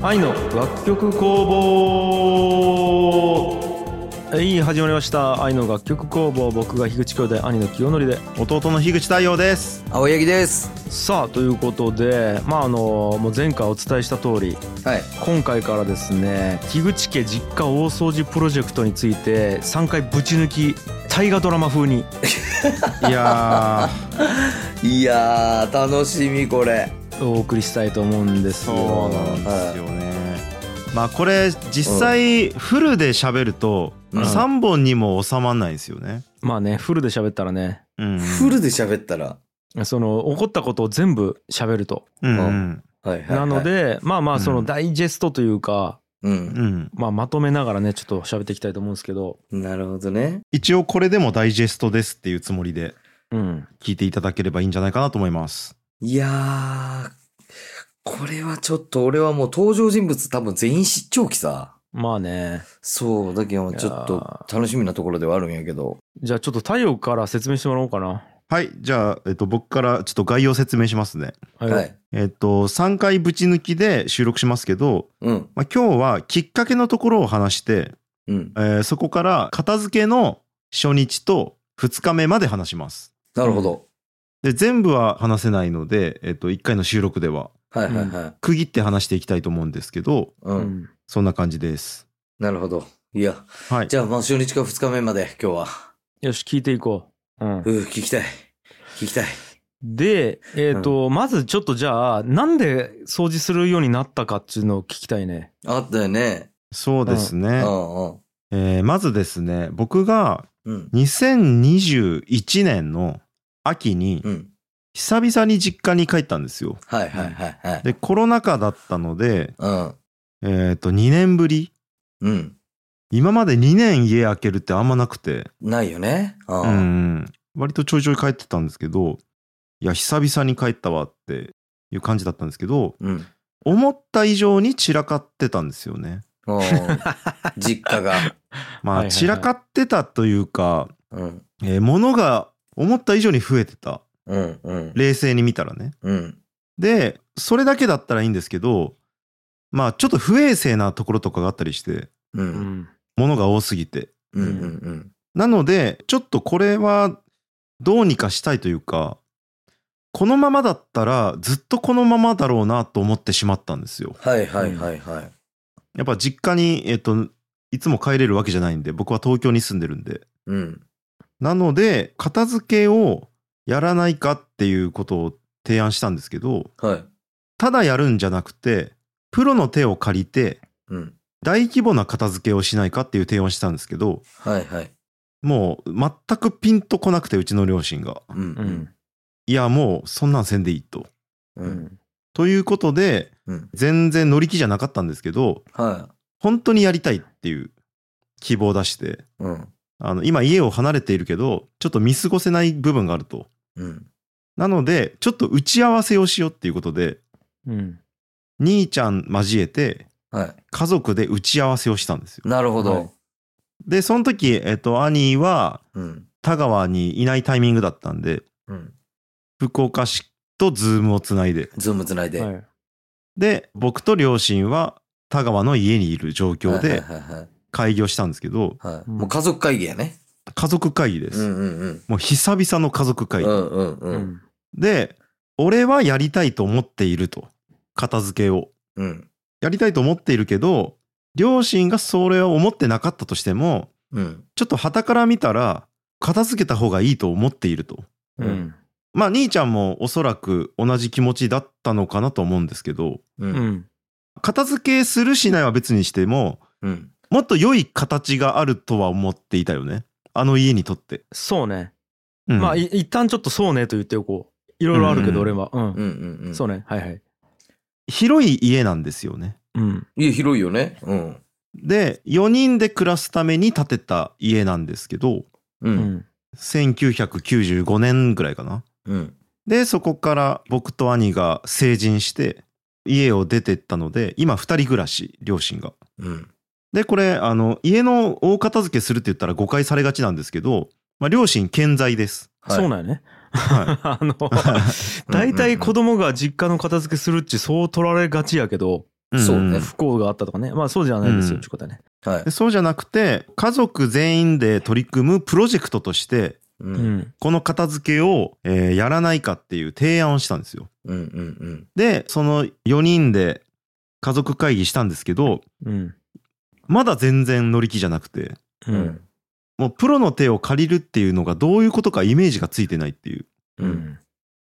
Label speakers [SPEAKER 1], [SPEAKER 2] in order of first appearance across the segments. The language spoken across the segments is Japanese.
[SPEAKER 1] ハイの楽曲工房はい始まりました愛の楽曲工房僕が樋口兄弟兄の清則で
[SPEAKER 2] 弟の樋口太陽です
[SPEAKER 3] 青柳です。
[SPEAKER 1] さあということでまああのもう前回お伝えした通り
[SPEAKER 3] はい。
[SPEAKER 1] 今回からですね樋口家実家大掃除プロジェクトについて3回ぶち抜き大河ドラマ風に
[SPEAKER 2] いや
[SPEAKER 3] いやー、楽しみこれ。
[SPEAKER 1] お送りしたいと思うんで
[SPEAKER 2] ー
[SPEAKER 1] す
[SPEAKER 2] そ
[SPEAKER 1] よ
[SPEAKER 2] うなんですよねまあこれ実際フルで喋ると
[SPEAKER 3] うん
[SPEAKER 2] 3本にも収まんないんですよね、
[SPEAKER 1] まあねフルで喋ったらね
[SPEAKER 2] うん、
[SPEAKER 3] フルで喋ったら。
[SPEAKER 1] その起こったことを全部喋ると
[SPEAKER 2] うんうん
[SPEAKER 3] はいはい、はい。
[SPEAKER 1] なの。でまあまあそうの
[SPEAKER 2] ん
[SPEAKER 1] ダイジェストというか
[SPEAKER 3] う。
[SPEAKER 2] うんん
[SPEAKER 1] まあまとめながらねちょっと喋っていきたいと思うんですけど
[SPEAKER 3] なるほどね。
[SPEAKER 2] 一応これでもダイジェストですっていうつもりで
[SPEAKER 1] うん
[SPEAKER 2] 聞いていただければいいんじゃないかなと思います
[SPEAKER 3] いやー、これはちょっと俺はもう登場人物多分全員失調期さ。
[SPEAKER 1] まあね
[SPEAKER 3] そう、だけどちょっ
[SPEAKER 1] いや
[SPEAKER 3] と楽しみなところではあるんやけど。
[SPEAKER 1] じゃあちょっと太陽から説明してもらおうかな
[SPEAKER 2] はいじゃあ、えっと、僕からちょっと概要説明しますね
[SPEAKER 1] は
[SPEAKER 3] はい。
[SPEAKER 2] えっと3回ぶち抜きで収録しますけど、
[SPEAKER 3] うん。
[SPEAKER 2] まあ、今日はきっかけのところを話して
[SPEAKER 3] うん。
[SPEAKER 2] えーそこから片付けの初日と2日目まで話します。
[SPEAKER 3] なるほど。
[SPEAKER 2] で全部は話せないので、えっと1回の収録では
[SPEAKER 3] はいはいはい。
[SPEAKER 2] 区切って話していきたいと思うんですけど
[SPEAKER 3] う。
[SPEAKER 1] うんん
[SPEAKER 2] そんな感じです。
[SPEAKER 3] なるほど。いや、
[SPEAKER 2] はい、
[SPEAKER 3] じゃあまあ初日か2日目まで今日は。
[SPEAKER 1] よし聞いていこううん
[SPEAKER 3] うん、聞きたい。聞きたい。
[SPEAKER 1] でえっとまずちょっとじゃあなんで掃除するようになったかっていうのを聞きたいね
[SPEAKER 3] あったよね。
[SPEAKER 2] そうです
[SPEAKER 3] う
[SPEAKER 2] ね、
[SPEAKER 3] んうん。
[SPEAKER 2] えーまずですね僕が
[SPEAKER 3] うん。
[SPEAKER 2] 2021年の秋に
[SPEAKER 3] うん。
[SPEAKER 2] 久々に実家に帰ったんですよ。
[SPEAKER 3] はいはいはいはい。
[SPEAKER 2] でコロナ禍だったので、
[SPEAKER 3] うん。
[SPEAKER 2] えっと2年ぶり
[SPEAKER 3] うん。
[SPEAKER 2] 今まで2年家開けるってあんまなくて。
[SPEAKER 3] ないよね。う
[SPEAKER 2] う。ん、割とちょいちょい帰ってたんですけどいや久々に帰ったわっていう感じだったんですけど
[SPEAKER 3] うん。
[SPEAKER 2] 思った以上に散らかってたんですよね
[SPEAKER 3] うん実家が。
[SPEAKER 2] ま
[SPEAKER 1] はいはい
[SPEAKER 2] あ
[SPEAKER 1] はい
[SPEAKER 2] 散らかってたというか、
[SPEAKER 3] うん。
[SPEAKER 2] えー物が思った以上に増えてた
[SPEAKER 3] うん。うん。
[SPEAKER 2] 冷静に見たらね
[SPEAKER 3] うん。
[SPEAKER 2] でそれだけだったらいいんですけどまあちょっと不衛生なところとかがあったりして
[SPEAKER 3] う。
[SPEAKER 1] うんん
[SPEAKER 2] 物が多すぎて
[SPEAKER 3] うん。うん。
[SPEAKER 2] なのでちょっとこれはどうにかしたいというかこのままだったらずっとこのままだろうなと思ってしまったんですよ。
[SPEAKER 3] はいはいはいはい。
[SPEAKER 2] やっぱ実家に、えっと、いつも帰れるわけじゃないんで僕は東京に住んでるんで。
[SPEAKER 3] うん。
[SPEAKER 2] なので片付けをやらないかっていうことを提案したんですけど
[SPEAKER 3] はい。
[SPEAKER 2] ただやるんじゃなくてプロの手を借りて
[SPEAKER 3] うん。
[SPEAKER 2] 大規模な片付けをしないかっていう提案をしたんですけど
[SPEAKER 3] はいはい。
[SPEAKER 2] もう全くピンとこなくてうちの両親が
[SPEAKER 3] うん。
[SPEAKER 1] う
[SPEAKER 3] うんん。
[SPEAKER 2] いやもうそんなんせんでいいと。
[SPEAKER 3] う。
[SPEAKER 1] うんん
[SPEAKER 2] ということで
[SPEAKER 3] うん。
[SPEAKER 2] 全然乗り気じゃなかったんですけど
[SPEAKER 3] は
[SPEAKER 2] 本当にやりたいっていう希望を出して
[SPEAKER 3] い。うん。
[SPEAKER 2] あの今家を離れているけどちょっと見過ごせない部分があると
[SPEAKER 3] うん。
[SPEAKER 2] なのでちょっと打ち合わせをしようっていうことで
[SPEAKER 1] うん
[SPEAKER 2] 兄ちゃん交えて
[SPEAKER 3] は
[SPEAKER 2] 家族で打ち合わせをしたんですよ
[SPEAKER 3] い。なる
[SPEAKER 1] は
[SPEAKER 3] ほ
[SPEAKER 1] い
[SPEAKER 3] ど。
[SPEAKER 2] でその時、えっと、兄は
[SPEAKER 3] うん。
[SPEAKER 2] 田川にいないタイミングだったんで
[SPEAKER 3] うん。
[SPEAKER 2] 福岡市とズームをつないで
[SPEAKER 3] ズームつないで。
[SPEAKER 1] は
[SPEAKER 3] はい
[SPEAKER 1] い
[SPEAKER 2] で僕と両親は田川の家にいる状況
[SPEAKER 3] はい
[SPEAKER 2] で
[SPEAKER 3] はいはい。
[SPEAKER 2] 会議をしたんですけど
[SPEAKER 3] はい。
[SPEAKER 1] うん
[SPEAKER 3] もう家族会議やね。
[SPEAKER 2] 家族会議で
[SPEAKER 3] う
[SPEAKER 2] す
[SPEAKER 3] んうんうん。
[SPEAKER 2] もう久々の家族
[SPEAKER 3] う
[SPEAKER 2] 会
[SPEAKER 3] ん
[SPEAKER 2] 議。
[SPEAKER 3] うん
[SPEAKER 1] う
[SPEAKER 3] うん。
[SPEAKER 1] ん
[SPEAKER 2] で、俺はやりたいと思っていると。片付けを。
[SPEAKER 3] うん。
[SPEAKER 2] やりたいと思っているけど、両親がそれを思ってなかったとしても、
[SPEAKER 3] うん。
[SPEAKER 2] ちょっと傍から見たら、片付けた方がいいと思っていると。
[SPEAKER 1] う
[SPEAKER 3] うん
[SPEAKER 2] まあ、兄ちゃんもおそらく同じ気持ちだったのかなと思うんですけど、
[SPEAKER 1] う
[SPEAKER 3] う。
[SPEAKER 1] んん
[SPEAKER 2] 片付けするしないは別にしても、
[SPEAKER 3] うん。
[SPEAKER 2] もっと良い形があるとは思っていたよね。あの家にとって。
[SPEAKER 1] そうね
[SPEAKER 2] うん
[SPEAKER 1] まあい一旦ちょっとそうねと言っておこういろいろあるけど
[SPEAKER 2] うん
[SPEAKER 1] 俺はう
[SPEAKER 3] うんんうんうん。
[SPEAKER 1] そうねはいはい
[SPEAKER 2] 広い家なんですよね。
[SPEAKER 1] うん
[SPEAKER 3] いや、広いよね。うん。
[SPEAKER 2] で4人で暮らすために建てた家なんですけど
[SPEAKER 3] う。
[SPEAKER 1] うんん
[SPEAKER 2] 1995年ぐらいかな
[SPEAKER 3] うん。
[SPEAKER 2] でそこから僕と兄が成人して家を出てったので今2人暮らし両親が
[SPEAKER 3] うん。
[SPEAKER 2] でこれあの家の大片付けするって言ったら誤解されがちなんですけど、まあ、両親健在です
[SPEAKER 3] はい
[SPEAKER 1] そうなんよね
[SPEAKER 2] は
[SPEAKER 1] あの大体子供が実家の片付けするっちそう取られがちやけど
[SPEAKER 2] んん
[SPEAKER 3] そうね
[SPEAKER 1] 不幸があったとかねまあそうじゃないですよ、
[SPEAKER 2] うん
[SPEAKER 1] ってことはね
[SPEAKER 3] はい
[SPEAKER 2] で。そうじゃなくて家族全員で取り組むプロジェクトとして
[SPEAKER 3] う。
[SPEAKER 1] うんん
[SPEAKER 2] この片付けを、えーやらないかっていう提案をしたんですよ。
[SPEAKER 3] うんうん
[SPEAKER 2] でその4人で家族会議したんですけど
[SPEAKER 1] うん
[SPEAKER 2] まだ全然乗り気じゃなくて
[SPEAKER 1] う
[SPEAKER 3] うん。うんん。
[SPEAKER 2] もうプロの手を借りるっていうのがどういうことかイメージがついてないっていう。
[SPEAKER 3] うん。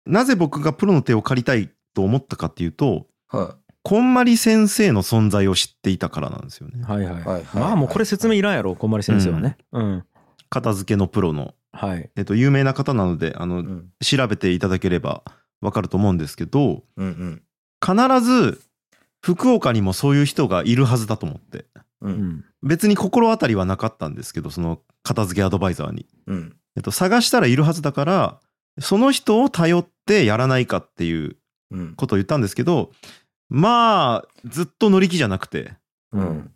[SPEAKER 2] なぜ僕がプロの手を借りたいと思ったかっていうと
[SPEAKER 3] は
[SPEAKER 2] こんまり先生の存在を知っていたからなんですよね。
[SPEAKER 1] はいはい
[SPEAKER 3] い。はい。はい
[SPEAKER 1] まあもうこれ説明いらんやろこんまり先生はねうん
[SPEAKER 2] 片付けのプロの、
[SPEAKER 1] はい
[SPEAKER 2] えっと、有名な方なのであ
[SPEAKER 3] う
[SPEAKER 2] の
[SPEAKER 3] ん
[SPEAKER 2] 調べていただければわかると思うんですけど
[SPEAKER 3] うんうん。
[SPEAKER 2] 必ず福岡にもそういう人がいるはずだと思って
[SPEAKER 1] う
[SPEAKER 3] う
[SPEAKER 1] んん
[SPEAKER 2] 別に心当たりはなかったんですけどその片付けアドバイザーに、
[SPEAKER 3] うん。
[SPEAKER 2] えっと、探したらいるはずだからその人を頼ってやらないかっていう
[SPEAKER 3] うん。
[SPEAKER 2] ことを言ったんですけどまあずっと乗り気じゃなくて
[SPEAKER 3] うん。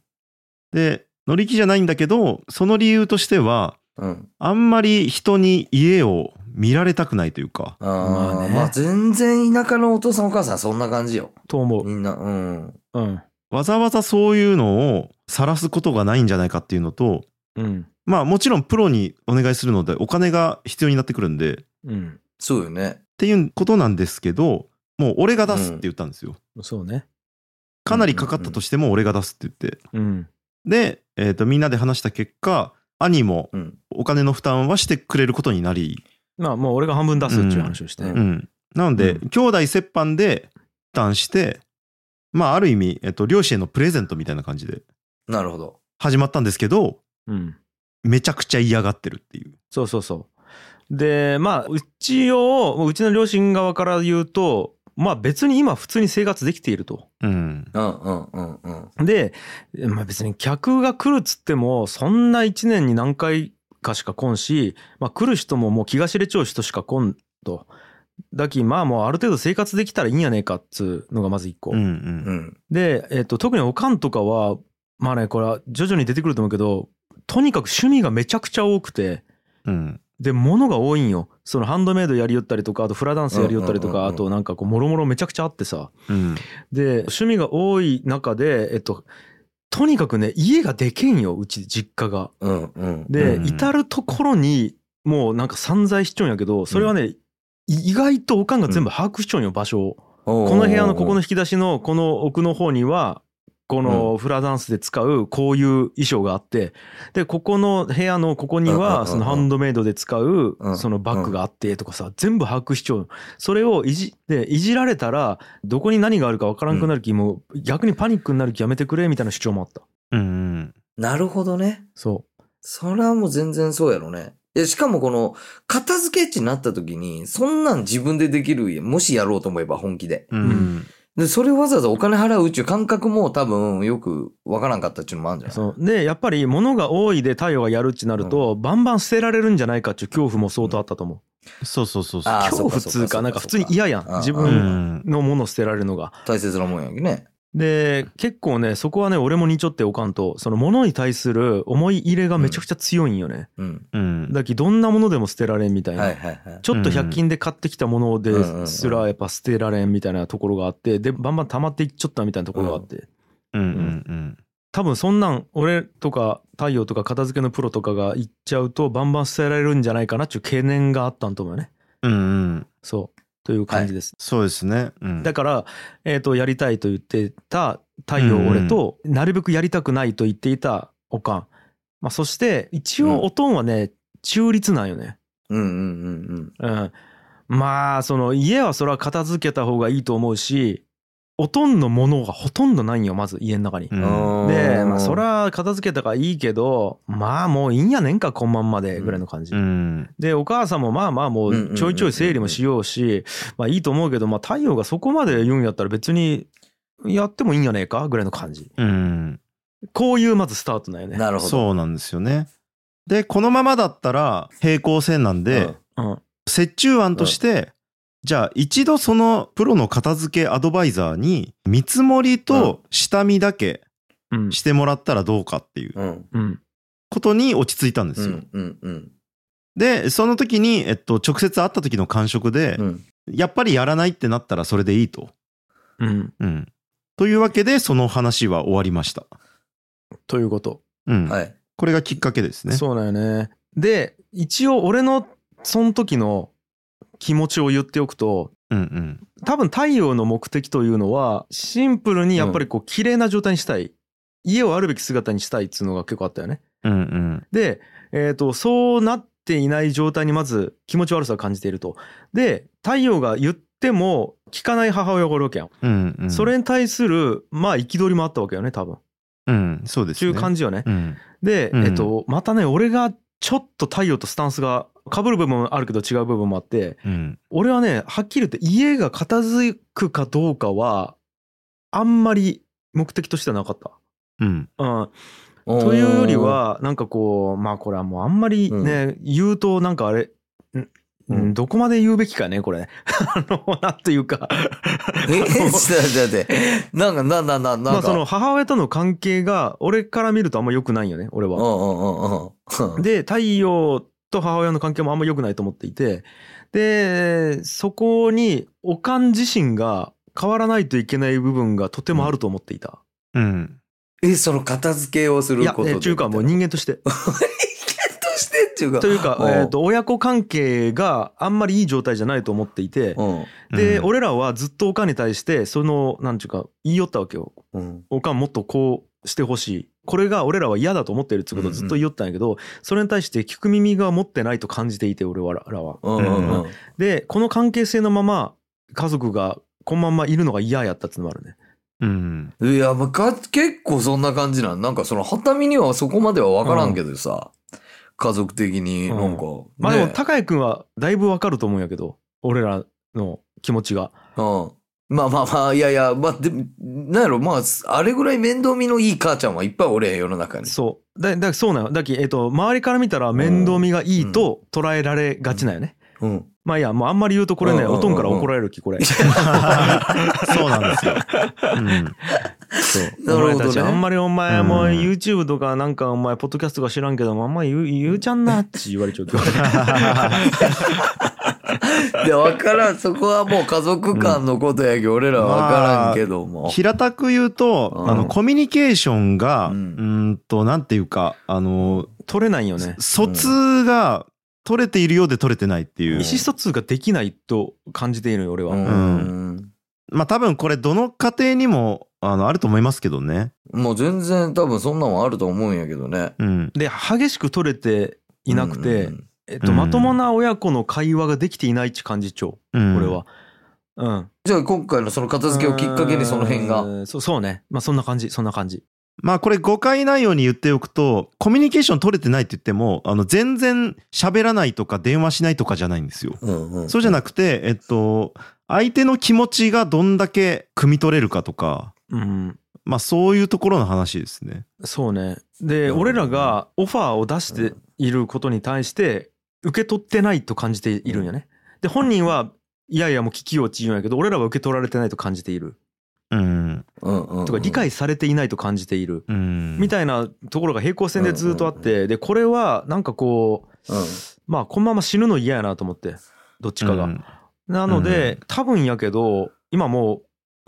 [SPEAKER 2] で乗り気じゃないんだけどその理由としては
[SPEAKER 3] うん。
[SPEAKER 2] あんまり人に家を見られたくないというか
[SPEAKER 3] あ
[SPEAKER 1] まあ
[SPEAKER 3] あ、
[SPEAKER 1] ね
[SPEAKER 3] まあ全然田舎のお父さんお母さんそんな感じよ。
[SPEAKER 1] と思う
[SPEAKER 3] みんな、うん。
[SPEAKER 1] うん
[SPEAKER 2] わざわざそういうのを晒すことがないんじゃないかっていうのと
[SPEAKER 1] うん
[SPEAKER 2] まあもちろんプロにお願いするのでお金が必要になってくるんでっ
[SPEAKER 1] うん
[SPEAKER 3] そうよね。
[SPEAKER 2] ていうことなんですけどもう俺が出すって言ったんですよ、
[SPEAKER 1] そうね
[SPEAKER 2] かなりかかったとしても俺が出すって言って
[SPEAKER 1] うん
[SPEAKER 2] で、えー、とみんなで話した結果兄も
[SPEAKER 3] うん。
[SPEAKER 2] お金の負担はしてくれることになり、
[SPEAKER 1] まあもう俺が半分出すっていう話をして
[SPEAKER 3] うん
[SPEAKER 2] うん、なので、
[SPEAKER 1] う
[SPEAKER 2] 兄弟折半で負担してまあある意味、えー、と両親へのプレゼントみたいな感じで
[SPEAKER 3] なるほど。
[SPEAKER 2] 始まったんですけど
[SPEAKER 1] うん
[SPEAKER 2] めちゃくちゃ嫌がってるっていう。
[SPEAKER 1] そうそうそう。で、まあ、うちを、うちの両親側から言うと、まあ別に今普通に生活できていると。
[SPEAKER 2] うん
[SPEAKER 3] うんうんうんうん。
[SPEAKER 1] で、まあ別に客が来るっつっても、そんな1年に何回かしか来んし、まあ来る人ももう気が知れちゃう人しか来んと。だき、まあもうある程度生活できたらいいんやねえかっつうのがまず一個。
[SPEAKER 2] うんう
[SPEAKER 3] うんん。
[SPEAKER 1] で、えっと、特におかんとかは、まあね、これは徐々に出てくると思うけど、とにかく趣味がめちゃくちゃ多くて、
[SPEAKER 2] うん
[SPEAKER 1] で物が多いんよそのハンドメイドやりよったりとかあとフラダンスやりよったりと
[SPEAKER 3] うんうんうん
[SPEAKER 1] か
[SPEAKER 3] う
[SPEAKER 1] あ
[SPEAKER 3] ん
[SPEAKER 1] となんかこうもろもろめちゃくちゃあってさ
[SPEAKER 2] うん
[SPEAKER 1] で趣味が多い中でえっととにかくね家がでけんようち実家が。
[SPEAKER 3] うんうん。
[SPEAKER 1] で
[SPEAKER 2] うん
[SPEAKER 1] 至る所にもうなんか散財しちょんやけどそれはねい意外とおかんが全部把握しちょんよ場所を。
[SPEAKER 3] こ
[SPEAKER 1] この部屋のここの引き出しのこの奥の方にはこのフラダンスで使うこういう衣装があってでここの部屋のここに
[SPEAKER 3] うんうんうんうん
[SPEAKER 1] はそのハンドメイドで使う
[SPEAKER 3] うん
[SPEAKER 1] そのバッグがあってとかさ全部把握しちゃうそれをいじでいじられたらどこに何があるかわからんくなる気もう逆にパニックになる気やめてくれみたいな主張もあった
[SPEAKER 2] うん
[SPEAKER 3] なるほどね。
[SPEAKER 1] そ
[SPEAKER 3] それはもう全然そうやろね。え、しかもこの、片付けっちになった時に、そんなん自分でできるやんもしやろうと思えば本気で。
[SPEAKER 2] うんん
[SPEAKER 3] で、それをわざわざお金払うっていう感覚も多分よくわからんかったっていうのもあるんじゃ
[SPEAKER 1] う
[SPEAKER 3] ない
[SPEAKER 1] そうでやっぱり物が多いで太陽がやるってなるとバンバン捨てられるんじゃないかっていう恐怖も相当あったと思う
[SPEAKER 2] そうそうそうそう
[SPEAKER 3] あー
[SPEAKER 1] 恐怖っ
[SPEAKER 3] そ
[SPEAKER 1] つ
[SPEAKER 3] うかそう
[SPEAKER 1] う
[SPEAKER 3] か
[SPEAKER 1] かなんか普通に嫌や
[SPEAKER 3] うん
[SPEAKER 1] ん自
[SPEAKER 2] う
[SPEAKER 3] う
[SPEAKER 1] 分
[SPEAKER 3] ん
[SPEAKER 2] ん
[SPEAKER 1] のもの捨てられるのが
[SPEAKER 3] 大切なもんやけね。
[SPEAKER 1] で結構ねそこはね俺も似ちょっておかんとその物に対する思い入れがめちゃくちゃ強いんよね、
[SPEAKER 3] うん。
[SPEAKER 2] うん
[SPEAKER 1] だきどんなものでも捨てられんみたいな、
[SPEAKER 3] はいはいはい。
[SPEAKER 1] ちょっと100均で買ってきたものです
[SPEAKER 3] うんうんうん
[SPEAKER 1] らやっぱ捨てられんみたいなところがあってでバンバン溜まっていっちゃったみたいなところがあって、
[SPEAKER 2] うんうん
[SPEAKER 1] 多分そんなん俺とか太陽とか片付けのプロとかが行っちゃうとバンバン捨てられるんじゃないかなっていう懸念があったんと思うよね
[SPEAKER 2] うんうん
[SPEAKER 1] そうという感じです、
[SPEAKER 2] そうですねうん
[SPEAKER 1] だから、えー、とやりたいと言ってた太陽
[SPEAKER 2] うんうん
[SPEAKER 1] 俺と、なるべくやりたくないと言っていたおかん、まあ、そして一応おとんはね、中立なんよね、
[SPEAKER 3] うんうんうんうん。
[SPEAKER 1] うん、まあその家はそれは片付けた方がいいと思うしおとんのものがほとんどないんよまず家の中に
[SPEAKER 2] う。ん
[SPEAKER 1] で、まあ、そ
[SPEAKER 3] は、
[SPEAKER 1] ら片付けたからいいけどまあもういいんやねんかこんまんまでぐらいの感じ、
[SPEAKER 2] うん
[SPEAKER 1] でお母さんもまあまあも
[SPEAKER 3] んうんうんうん
[SPEAKER 1] うちょいちょい整理もしようしまあいいと思うけどまあ太陽がそこまで言うんやったら別にやってもいいんやねえかぐらいの感じ
[SPEAKER 2] うん
[SPEAKER 1] こういうまずスタートなんよね
[SPEAKER 3] なるほど。
[SPEAKER 2] そうなんですよねでこのままだったら平行線なん
[SPEAKER 3] うん。
[SPEAKER 2] で
[SPEAKER 1] うん
[SPEAKER 2] 折衷案としてじゃあ一度そのプロの片付けアドバイザーに見積もりと下見だけ
[SPEAKER 1] うん
[SPEAKER 2] してもらったらどうかっていう
[SPEAKER 3] うん。
[SPEAKER 1] うん
[SPEAKER 2] ことに落ち着いたんで
[SPEAKER 3] う
[SPEAKER 2] すよ
[SPEAKER 3] んうんうん。
[SPEAKER 2] でその時に、えっと、直接会った時の感触で、
[SPEAKER 3] うん。
[SPEAKER 2] やっぱりやらないってなったらそれでいいと、
[SPEAKER 1] うん
[SPEAKER 2] うん、というわけで、その話は終わりました。
[SPEAKER 1] ということ。
[SPEAKER 2] うん。
[SPEAKER 3] はい。
[SPEAKER 2] これがきっかけですね。
[SPEAKER 1] そうだよね。で、一応俺のその時の気持ちを言っておくと、
[SPEAKER 2] うんうん。
[SPEAKER 1] 多分太陽の目的というのは、シンプルにやっぱりこう綺麗な状態にしたい。家をあるべき姿にしたいっていうのが結構あったよね。
[SPEAKER 2] うんうん。
[SPEAKER 1] で、えっ、と、そうなっていない状態にまず気持ち悪さを感じていると。で、太陽が言っても聞かない母親がおるわけやん。
[SPEAKER 2] うんうん。
[SPEAKER 1] それに対する、まあ、憤りもあったわけよね、多分。
[SPEAKER 2] うん、そうです
[SPEAKER 1] ちゅ
[SPEAKER 2] ね。
[SPEAKER 1] う感じよね。
[SPEAKER 2] うん。
[SPEAKER 1] で、
[SPEAKER 2] うん
[SPEAKER 1] えっと、またね、俺がちょっと太陽とスタンスが被る部分もあるけど違う部分もあって、
[SPEAKER 2] うん。
[SPEAKER 1] 俺はね、はっきり言って家が片付くかどうかは、あんまり目的としてはなかった。
[SPEAKER 2] うん。
[SPEAKER 1] うん、
[SPEAKER 3] と
[SPEAKER 1] というより、はなんかこうまあこれはもうあんまりね、言うとなんかあれん
[SPEAKER 3] うん
[SPEAKER 1] どこまで言うべきかねこれ あのなんていうか
[SPEAKER 3] え、ちょっと待って待って。なんか、なんだなんだなんだ。
[SPEAKER 1] まあその母親との関係が俺から見るとあんま良くないよね俺は。
[SPEAKER 3] うんうんうんうん。
[SPEAKER 1] で太陽と母親の関係もあんま良くないと思っていてでそこにおかん自身が変わらないといけない部分がとてもあると思っていた。
[SPEAKER 2] うん。
[SPEAKER 3] え、その片付けをす
[SPEAKER 1] い
[SPEAKER 3] る
[SPEAKER 1] や
[SPEAKER 3] こと
[SPEAKER 1] え
[SPEAKER 3] で。
[SPEAKER 1] 中華はもう
[SPEAKER 3] みたい
[SPEAKER 1] 人間として。
[SPEAKER 3] なとしてっていうか
[SPEAKER 1] と。いうか
[SPEAKER 3] う、ん
[SPEAKER 1] えー、と親子関係があんまりいい状態じゃないと思っていて、
[SPEAKER 3] うん
[SPEAKER 1] で、
[SPEAKER 2] うん、
[SPEAKER 1] 俺らはずっとおかんに対してそのなんていうか言い寄ったわけよ
[SPEAKER 3] うん。
[SPEAKER 1] おかんもっとこうしてほしいこれが俺らは嫌だと思ってるってことをずっと言い寄ったんやけど、それに対して聞く耳が持ってないと感じていて俺らは。
[SPEAKER 3] うんうんうん。
[SPEAKER 1] でこの関係性のまま家族がこのまんまいるのが嫌やったっていうのもあるね。
[SPEAKER 2] うん。
[SPEAKER 3] いや、まあ、か結構そんな感じなん。なんかその、はたみにはそこまではわからんけどさ、家族的になんか、
[SPEAKER 1] まあでも
[SPEAKER 3] ね
[SPEAKER 1] 高井君はだいぶわかると思うんやけど俺らの気持ちが。
[SPEAKER 3] うん。まあまあまあ、いやいや、まあ、でも、なんやろ、まあ、あれぐらい面倒見のいい母ちゃんはいっぱいおれん、世の中に。
[SPEAKER 1] そうだだからそうなのだき、えっと周りから見たら面倒見がいいと捉えられがちなんよね。
[SPEAKER 3] うん。
[SPEAKER 1] まあいいやもうあんまり言うとこれ
[SPEAKER 3] うんう
[SPEAKER 1] ね
[SPEAKER 3] んうんうん
[SPEAKER 1] おとんから怒られる気これ。
[SPEAKER 2] そうなんですよ。 うん。
[SPEAKER 1] そう
[SPEAKER 3] なるほどね
[SPEAKER 1] 俺たちあんまりお前も
[SPEAKER 2] うん
[SPEAKER 1] YouTube とかなんかお前ポッドキャストとか知らんけどもあんま言う言うちゃんなっち言われちゃうけど
[SPEAKER 3] で、わからん、そこはもう家族間のことやけど、俺らはわからんけども。
[SPEAKER 2] 平たく言うと、あ
[SPEAKER 3] う
[SPEAKER 2] の、
[SPEAKER 3] ん
[SPEAKER 2] コミュニケーションが、う
[SPEAKER 3] うん
[SPEAKER 2] んと、なんていうか、あの、
[SPEAKER 1] 取れないよね
[SPEAKER 2] 疎通が取れているようで取れてないってい
[SPEAKER 1] 意。
[SPEAKER 2] う
[SPEAKER 1] 思疎通ができないと感じているよ俺は、
[SPEAKER 3] うん。
[SPEAKER 2] まあ多分これどの家庭にも、あの、あると思いますけどね。
[SPEAKER 3] もう全然多分そんなんはあると思うんやけどね。
[SPEAKER 2] うん。
[SPEAKER 1] で激しく取れていなくて、
[SPEAKER 3] うん
[SPEAKER 1] えっと、
[SPEAKER 2] うん
[SPEAKER 1] まともな親子の会話ができていないって感じちょ
[SPEAKER 2] うん
[SPEAKER 1] う俺。はうん
[SPEAKER 3] じゃあ今回のその片付けをきっかけにその辺が。
[SPEAKER 1] うんそうそうねまあそんな感じそんな感じ
[SPEAKER 2] まあこれ誤解ないように言っておくと、コミュニケーション取れてないって言っても、あの、全然喋らないとか電話しないとかじゃないんですよ。
[SPEAKER 3] うんうん。
[SPEAKER 2] そうじゃなくて、えっと、相手の気持ちがどんだけ汲み取れるかとか、
[SPEAKER 1] うん
[SPEAKER 2] まあそういうところの話ですね。
[SPEAKER 1] そうねで
[SPEAKER 3] うん
[SPEAKER 1] 俺らがオファーを出していることに対して受け取ってないと感じているんよねで本人はいやいやもう聞きようって言うんやけど俺らは受け取られてないと感じている
[SPEAKER 2] うん。
[SPEAKER 3] うんうんうん。
[SPEAKER 1] とか理解されていないと感じている
[SPEAKER 2] うん。
[SPEAKER 1] みたいなところが平行線でずっとあってでこれはなんかこう
[SPEAKER 3] うん。
[SPEAKER 1] まあこのまま死ぬの嫌やなと思ってどっちか
[SPEAKER 2] う
[SPEAKER 1] が
[SPEAKER 2] ん
[SPEAKER 1] なの
[SPEAKER 2] う
[SPEAKER 1] で多分やけど今もう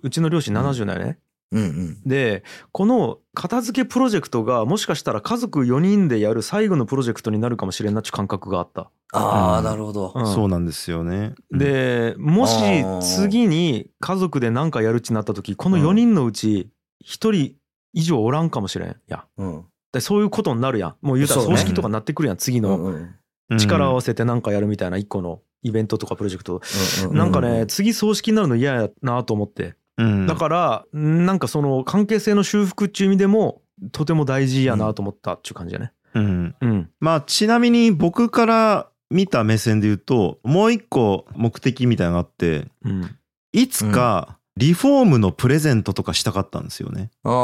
[SPEAKER 1] うちの両親70代ね、
[SPEAKER 3] うんうん。
[SPEAKER 1] でこの片付けプロジェクトがもしかしたら家族4人でやる最後のプロジェクトになるかもしれんなっていう感覚があった。
[SPEAKER 3] あ
[SPEAKER 2] う
[SPEAKER 3] あ、
[SPEAKER 2] ん
[SPEAKER 3] なるほど。
[SPEAKER 1] うん
[SPEAKER 2] そうなんですよね。うん、
[SPEAKER 1] でもし
[SPEAKER 3] あー
[SPEAKER 1] 次に家族で何かやるってなった時この4人のうち1人以上おらんかもしれんやん
[SPEAKER 3] うん。
[SPEAKER 1] でそういうことになるやんもう言うたら
[SPEAKER 3] そうね
[SPEAKER 1] 葬式とかになってくるやん次
[SPEAKER 3] うん
[SPEAKER 1] の
[SPEAKER 3] うんうん
[SPEAKER 1] 力を合わせて何かやるみたいな1個のイベントとかプロジェクト
[SPEAKER 3] う
[SPEAKER 1] なんかね、次葬式になるの嫌やなと思って
[SPEAKER 2] うん、
[SPEAKER 1] だからなんかその関係性の修復っていう意味でもとても大事やなと思ったっていう感じやね。
[SPEAKER 2] ら、うん、
[SPEAKER 1] うん、
[SPEAKER 2] まあちなみに僕から見た目線で言うと、もう一個目的みたいなのがあって、
[SPEAKER 1] うん、
[SPEAKER 2] いつかリフォームのプレゼントとかしたかったんですよね。
[SPEAKER 3] ああ。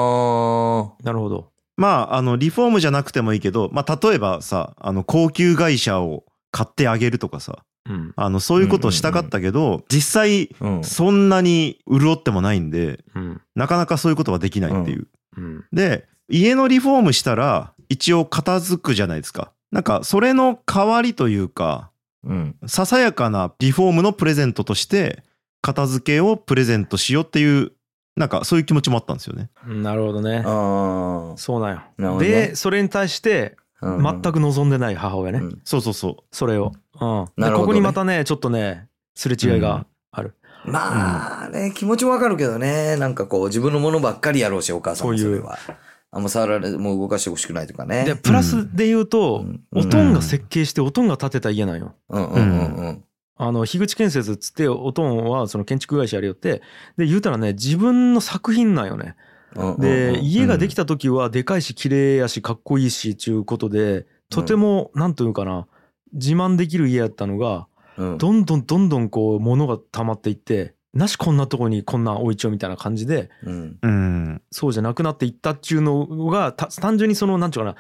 [SPEAKER 1] なるほど。
[SPEAKER 2] まあ、あの、リフォームじゃなくてもいいけど、まあ、例えばさ、あの、高級外車を買ってあげるとかさ、
[SPEAKER 1] うん、
[SPEAKER 2] あの、そういうことをしたかったけど、実際、
[SPEAKER 3] うん。
[SPEAKER 2] そんなに潤ってもないんで、
[SPEAKER 1] うん、
[SPEAKER 2] なかなかそういうことはできないっていう。
[SPEAKER 1] うん、
[SPEAKER 2] で、家のリフォームしたら、一応片付くじゃないですか。なんか、それの代わりというか、
[SPEAKER 3] うん。
[SPEAKER 2] ささやかなリフォームのプレゼントとして、片付けをプレゼントしようっていうなんかそういう気持ちもあったんですよね。
[SPEAKER 1] うんなるほどね
[SPEAKER 3] あ
[SPEAKER 1] そうなんよ
[SPEAKER 3] なるほどね
[SPEAKER 1] でそれに対して
[SPEAKER 3] あ。
[SPEAKER 1] 全く望んでない母親ね、
[SPEAKER 3] うん
[SPEAKER 2] そうそうそ
[SPEAKER 1] それを、うんで
[SPEAKER 3] なるほどね
[SPEAKER 1] ここにまたねちょっとねすれ違いがある、
[SPEAKER 3] まあね、気持ちもわかるけどね、なんかこう、自分のものばっかりやろうし、お母さんも
[SPEAKER 1] そ
[SPEAKER 3] そう
[SPEAKER 1] いう
[SPEAKER 3] れは。あんま触られ、もう動かしてほしくないとかね。
[SPEAKER 1] でプラスで言うと、
[SPEAKER 3] うん
[SPEAKER 1] おとんが設計しておとんが建てた家なんよ
[SPEAKER 3] うんうんうんうん。
[SPEAKER 1] あの樋口建設っつっておとんはその建築会社やりよってで言うたらね自分の作品なんよね
[SPEAKER 3] うんうんう
[SPEAKER 1] で
[SPEAKER 3] ん
[SPEAKER 1] 家ができた時はでかいし綺麗やしかっこいいしちゅうことでとてもなんというかな自慢できる家やったのが
[SPEAKER 3] うん
[SPEAKER 1] どんどんどんどんこう物が溜まっていってなしこんなとこにこんなん置いちゃうみたいな感じで
[SPEAKER 3] うん
[SPEAKER 2] う。うん。
[SPEAKER 1] そうじゃなくなっていったっちゅうのがた単純にそのなんちゅうかな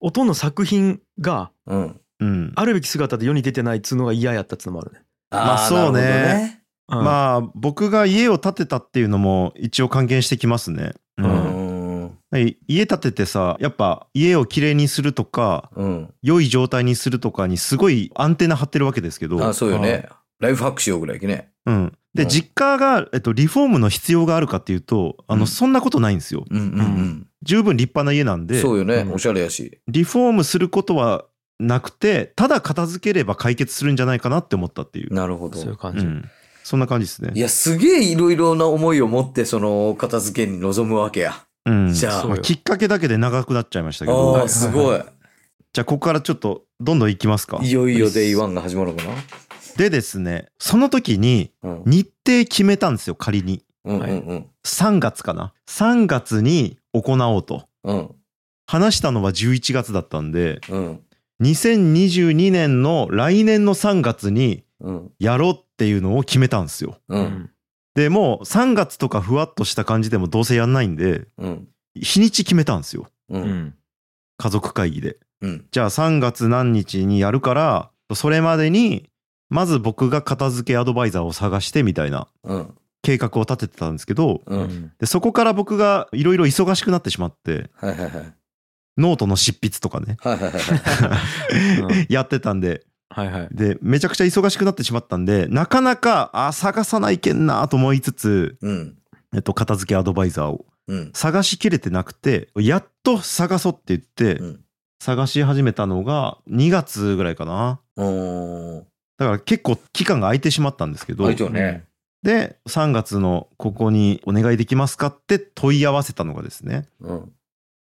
[SPEAKER 1] おとんの作品が
[SPEAKER 3] うん。
[SPEAKER 2] うん。
[SPEAKER 1] あるべき姿で世に出てないっつうのが嫌やったっつうのもあるね。
[SPEAKER 2] まあ
[SPEAKER 3] ー
[SPEAKER 2] そ
[SPEAKER 3] なるほ
[SPEAKER 2] うね
[SPEAKER 3] どね
[SPEAKER 1] うん
[SPEAKER 2] まあ僕が家を建てたっていうのも一応関係してきますね。う
[SPEAKER 1] うん
[SPEAKER 3] うん
[SPEAKER 2] 家建ててさやっぱ家をきれいにするとか
[SPEAKER 3] うん。
[SPEAKER 2] 良い状態にするとかにすごいアンテナ張ってるわけですけど、
[SPEAKER 3] あ、そうよ
[SPEAKER 1] は
[SPEAKER 3] ね。ライフハックしようぐらいきね。
[SPEAKER 2] うん、
[SPEAKER 3] う
[SPEAKER 2] で
[SPEAKER 3] ん
[SPEAKER 2] 実家が、えっと、リフォームの必要があるかっていうとあ
[SPEAKER 3] う
[SPEAKER 2] の
[SPEAKER 3] ん
[SPEAKER 2] そんなことないんですよ。
[SPEAKER 3] うんうん
[SPEAKER 2] 十分立派な家なん
[SPEAKER 3] うん。
[SPEAKER 2] で
[SPEAKER 3] そうよね。
[SPEAKER 1] うん
[SPEAKER 3] おしゃれやし。
[SPEAKER 2] リフォームすることはなくてただ片付ければ解決するんじゃないかなって思ったっていう、
[SPEAKER 3] なるほ
[SPEAKER 1] そういう
[SPEAKER 3] ど。
[SPEAKER 1] 感
[SPEAKER 2] う
[SPEAKER 1] じ。
[SPEAKER 2] ん、そんな感じです
[SPEAKER 3] い
[SPEAKER 2] ね。
[SPEAKER 3] や、すげえいろいろな思いを持って、その、片付けに臨むわけや。
[SPEAKER 2] うん
[SPEAKER 3] じゃあ
[SPEAKER 2] まあきっかけだけで長くなっちゃいましたけ
[SPEAKER 3] あ
[SPEAKER 2] ど
[SPEAKER 3] あ、すごい。
[SPEAKER 2] じゃあここからちょっとどんどんいきますか。
[SPEAKER 3] いよいよデイワンが始まるのか
[SPEAKER 2] でですねその時に
[SPEAKER 3] な。うん。
[SPEAKER 2] 日程決めたんですよ仮に。
[SPEAKER 3] うんうんうん。
[SPEAKER 2] 3月かな3月に行おうと
[SPEAKER 3] うん
[SPEAKER 2] 話したのは11月だったんで
[SPEAKER 3] うん
[SPEAKER 2] 2022年の来年の3月に
[SPEAKER 3] うん
[SPEAKER 2] やろうっていうのを決めたんですよ
[SPEAKER 3] う
[SPEAKER 1] うんん
[SPEAKER 2] でもう3月とかふわっとした感じでもどうせやんないんで
[SPEAKER 3] うん
[SPEAKER 2] 日にち決めたんですよ
[SPEAKER 3] う
[SPEAKER 1] うんん
[SPEAKER 2] 家族会議で
[SPEAKER 3] うん
[SPEAKER 2] じゃあ3月何日にやるからそれまでにまず僕が片付けアドバイザーを探してみたいな
[SPEAKER 3] うん
[SPEAKER 2] 計画を立ててたんですけど
[SPEAKER 3] う
[SPEAKER 1] うんん
[SPEAKER 2] でそこから僕がいろいろ忙しくなってしまって
[SPEAKER 3] はいはいはい
[SPEAKER 2] ノートの執筆とかね
[SPEAKER 3] はいはい はい
[SPEAKER 1] うん
[SPEAKER 2] やってたんで
[SPEAKER 1] はいはい。
[SPEAKER 2] でめちゃくちゃ忙しくなってしまったんでなかなかあ探さないけんなと思いつつ、
[SPEAKER 3] うん
[SPEAKER 2] えっと、片付けアドバイザーを
[SPEAKER 3] うん
[SPEAKER 2] 探しきれてなくてやっと探そうって言って
[SPEAKER 3] うん
[SPEAKER 2] 探し始めたのが2月ぐらいかな
[SPEAKER 3] おー
[SPEAKER 2] だから結構期間が空いてしまったんですけど
[SPEAKER 3] 空いてるね
[SPEAKER 2] で3月のここにお願いできますかって問い合わせたのがですね
[SPEAKER 3] うん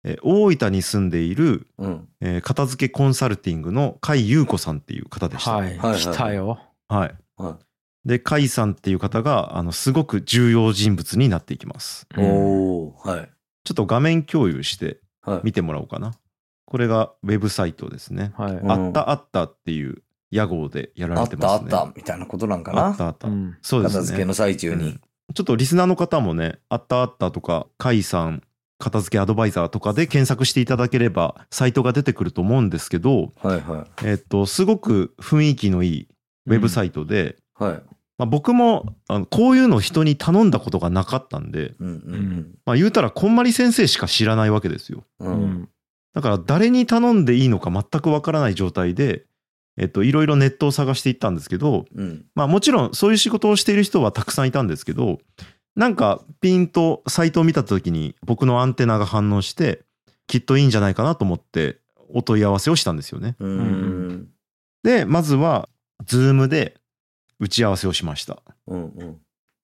[SPEAKER 2] え大分に住んでいる
[SPEAKER 3] うん
[SPEAKER 2] えー片付けコンサルティングの甲斐優子さんっていう方でした。
[SPEAKER 1] はい、
[SPEAKER 3] はい
[SPEAKER 1] 来たよ。
[SPEAKER 2] はい
[SPEAKER 3] は
[SPEAKER 2] で甲斐さんっていう方があのすごく重要人物になっていきます
[SPEAKER 3] いおーはい
[SPEAKER 2] ちょっと画面共有して
[SPEAKER 3] はい
[SPEAKER 2] 見てもらおうかなこれがウェブサイトですね、
[SPEAKER 1] はい。
[SPEAKER 3] ん
[SPEAKER 2] あったあったっていう屋号でやら
[SPEAKER 3] あ
[SPEAKER 2] れ
[SPEAKER 3] ってたあ
[SPEAKER 2] ます
[SPEAKER 3] っ
[SPEAKER 2] ね
[SPEAKER 3] たみたいなことなんか
[SPEAKER 2] あっ
[SPEAKER 3] な
[SPEAKER 2] たあった
[SPEAKER 1] うん
[SPEAKER 2] そうで
[SPEAKER 3] 片
[SPEAKER 2] す
[SPEAKER 3] 付け
[SPEAKER 2] ね
[SPEAKER 3] の最中
[SPEAKER 2] う
[SPEAKER 3] に
[SPEAKER 2] んちょっとリスナーの方もねあったあったとか甲斐さん片付けアドバイザーとかで検索していただければサイトが出てくると思うんですけど
[SPEAKER 3] はいは
[SPEAKER 2] えっとすごく雰囲気のいいウェブサイトで、
[SPEAKER 3] いはい
[SPEAKER 2] まあ、僕もあのこういうの人に頼んだことがなかったんで、
[SPEAKER 3] うんうん
[SPEAKER 2] まあ、言うたらこんまり先生しか知らないわけですよ
[SPEAKER 3] う
[SPEAKER 1] うん
[SPEAKER 3] うん
[SPEAKER 1] ん
[SPEAKER 2] だから誰に頼んでいいのか全くわからない状態でえっといろいろネットを探していったんですけど
[SPEAKER 3] うん
[SPEAKER 2] まあもちろんそういう仕事をしている人はたくさんいたんですけどなんかピンとサイトを見た時に僕のアンテナが反応してきっといいんじゃないかなと思ってお問い合わせをしたんですよね
[SPEAKER 3] うんん
[SPEAKER 2] でまずは Zoom で打ち合わせをしました
[SPEAKER 3] うんうん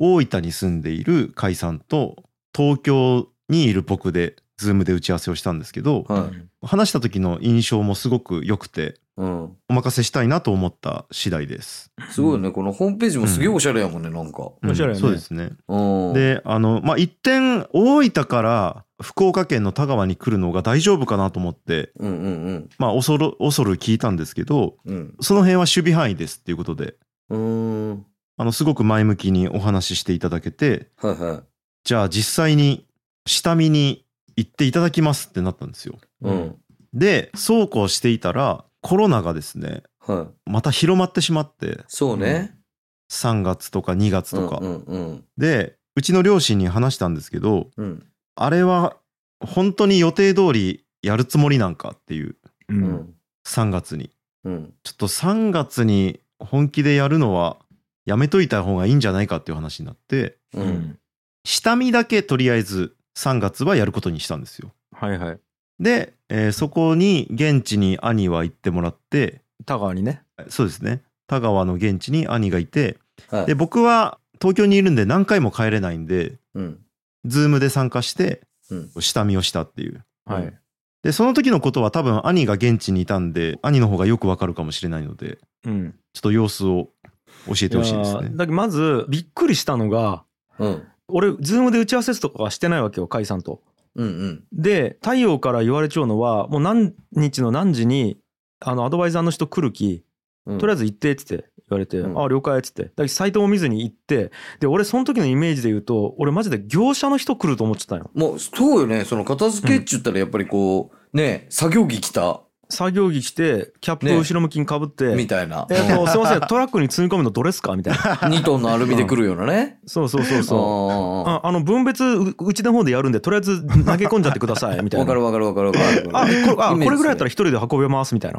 [SPEAKER 2] 大分に住んでいる甲斐さんと東京にいる僕で Zoom で打ち合わせをしたんですけど
[SPEAKER 1] う
[SPEAKER 3] はい
[SPEAKER 1] ん
[SPEAKER 2] 話した時の印象もすごく良くて
[SPEAKER 3] うん
[SPEAKER 2] お任せしたいなと思った次第です。
[SPEAKER 3] すごいねこのホームページもすげえおしゃれやもんねなんか
[SPEAKER 1] 面白いよね
[SPEAKER 2] そうですね。
[SPEAKER 3] うん
[SPEAKER 2] であのまあ一点大分から福岡県の田川に来るのが大丈夫かなと思って
[SPEAKER 3] うんうんうん
[SPEAKER 2] まあ恐る恐る聞いたんですけど
[SPEAKER 3] うん
[SPEAKER 2] その辺は守備範囲ですっていうことで
[SPEAKER 3] うーん
[SPEAKER 2] あのすごく前向きにお話ししていただけて
[SPEAKER 3] はいはい
[SPEAKER 2] じゃあ実際に下見に行っていただきますってなったんですよ。
[SPEAKER 3] うん
[SPEAKER 2] でそうこうしていたらコロナがですね
[SPEAKER 3] はい
[SPEAKER 2] また広まってしまって
[SPEAKER 3] そうね
[SPEAKER 2] 3月とか2月とか、
[SPEAKER 3] うんうん
[SPEAKER 2] でうちの両親に話したんですけど
[SPEAKER 3] うんうん
[SPEAKER 2] あれは本当に予定通りやるつもりなんかっていう
[SPEAKER 1] う
[SPEAKER 3] うんん
[SPEAKER 2] 3月に
[SPEAKER 3] うん
[SPEAKER 2] ちょっと3月に本気でやるのはやめといた方がいいんじゃないかっていう話になって
[SPEAKER 3] うん
[SPEAKER 2] 下見だけとりあえず3月はやることにしたんですよ。
[SPEAKER 1] はいはい。
[SPEAKER 2] で、えーそこに現地に兄は行ってもらって、
[SPEAKER 1] 田川にね。
[SPEAKER 2] そうですね、田川の現地に兄がいて、
[SPEAKER 3] は
[SPEAKER 2] で、
[SPEAKER 3] い。
[SPEAKER 2] 僕は東京にいるんで何回も帰れないんで、
[SPEAKER 3] うん。
[SPEAKER 2] ズームで参加して
[SPEAKER 3] うん。
[SPEAKER 2] 下見をしたっていう。
[SPEAKER 1] は
[SPEAKER 3] うん
[SPEAKER 1] い。
[SPEAKER 2] で、その時のことは多分兄が現地にいたんで、兄の方がよくわかるかもしれないので、
[SPEAKER 1] うん。
[SPEAKER 2] ちょっと様子を教えてほしいです
[SPEAKER 1] いや
[SPEAKER 2] ね
[SPEAKER 1] ー。だけどまず、びっくりしたのが、
[SPEAKER 3] うん。
[SPEAKER 1] 俺、ズームで打ち合わせとかはしてないわけよ、甲斐さんと。
[SPEAKER 3] うんうん。
[SPEAKER 1] で、太陽から言われちゃうのは、もう何日の何時に、あの、アドバイザーの人来るき、
[SPEAKER 3] うん。
[SPEAKER 1] とりあえ
[SPEAKER 3] ず、
[SPEAKER 1] ず行ってっつって言われて、
[SPEAKER 3] うん
[SPEAKER 1] ああ了解っつってだけどサイトも見ずに行ってで俺その時のイメージで言うと俺マジで業者の人来ると思ってたよ
[SPEAKER 3] もう、そうよね。その片付けって言ったらやっぱりこう、ね、作業着着た、
[SPEAKER 1] 作業着着てキャップ
[SPEAKER 3] ね
[SPEAKER 1] を後ろ向きにかぶって、
[SPEAKER 3] みたいな。
[SPEAKER 1] えっとすいませんトラックに積み込むのどれっすかみたいな
[SPEAKER 3] 2トンのアルミで来るようなね。
[SPEAKER 1] そうそうそうそう
[SPEAKER 3] そ
[SPEAKER 1] ああの分別ううちの方でやるんでとりあえず投げ込んじゃってくださいみたい
[SPEAKER 3] わ
[SPEAKER 1] な
[SPEAKER 3] かるわかるわかるわかるわ
[SPEAKER 1] あ
[SPEAKER 3] かる。
[SPEAKER 1] これあ
[SPEAKER 3] イメージ
[SPEAKER 1] これぐらいやったら一人で運べますみたいな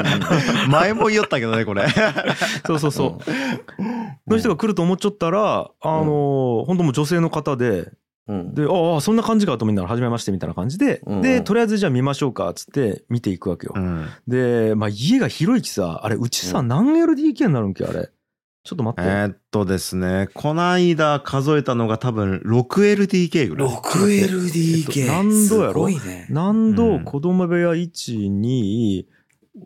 [SPEAKER 2] 前も言おったけどね、これ。
[SPEAKER 1] そうそうそう、の人が来ると思っちゃったらあのー本当もう女性の方で
[SPEAKER 3] うん。うん。
[SPEAKER 1] で、ああ、そんな感じかと思いながら、初めましてみたいな感じで、
[SPEAKER 3] うんうん
[SPEAKER 1] で、とりあえずじゃあ見ましょうか、つって見ていくわけよ。
[SPEAKER 2] うん
[SPEAKER 1] で、まあ家が広いきさ、あれ、うちさ、
[SPEAKER 3] う
[SPEAKER 1] 何 LDK になるんけ、あれ。ちょっと待
[SPEAKER 2] え
[SPEAKER 1] って。
[SPEAKER 2] ーっとですね、こないだ数えたのが多分 6LDK ぐらい。
[SPEAKER 1] えっ
[SPEAKER 3] 6LDK。
[SPEAKER 1] と何度やろ
[SPEAKER 3] すごいね。
[SPEAKER 1] 何
[SPEAKER 2] う
[SPEAKER 1] 度、
[SPEAKER 2] ん
[SPEAKER 1] 子供部屋1、2、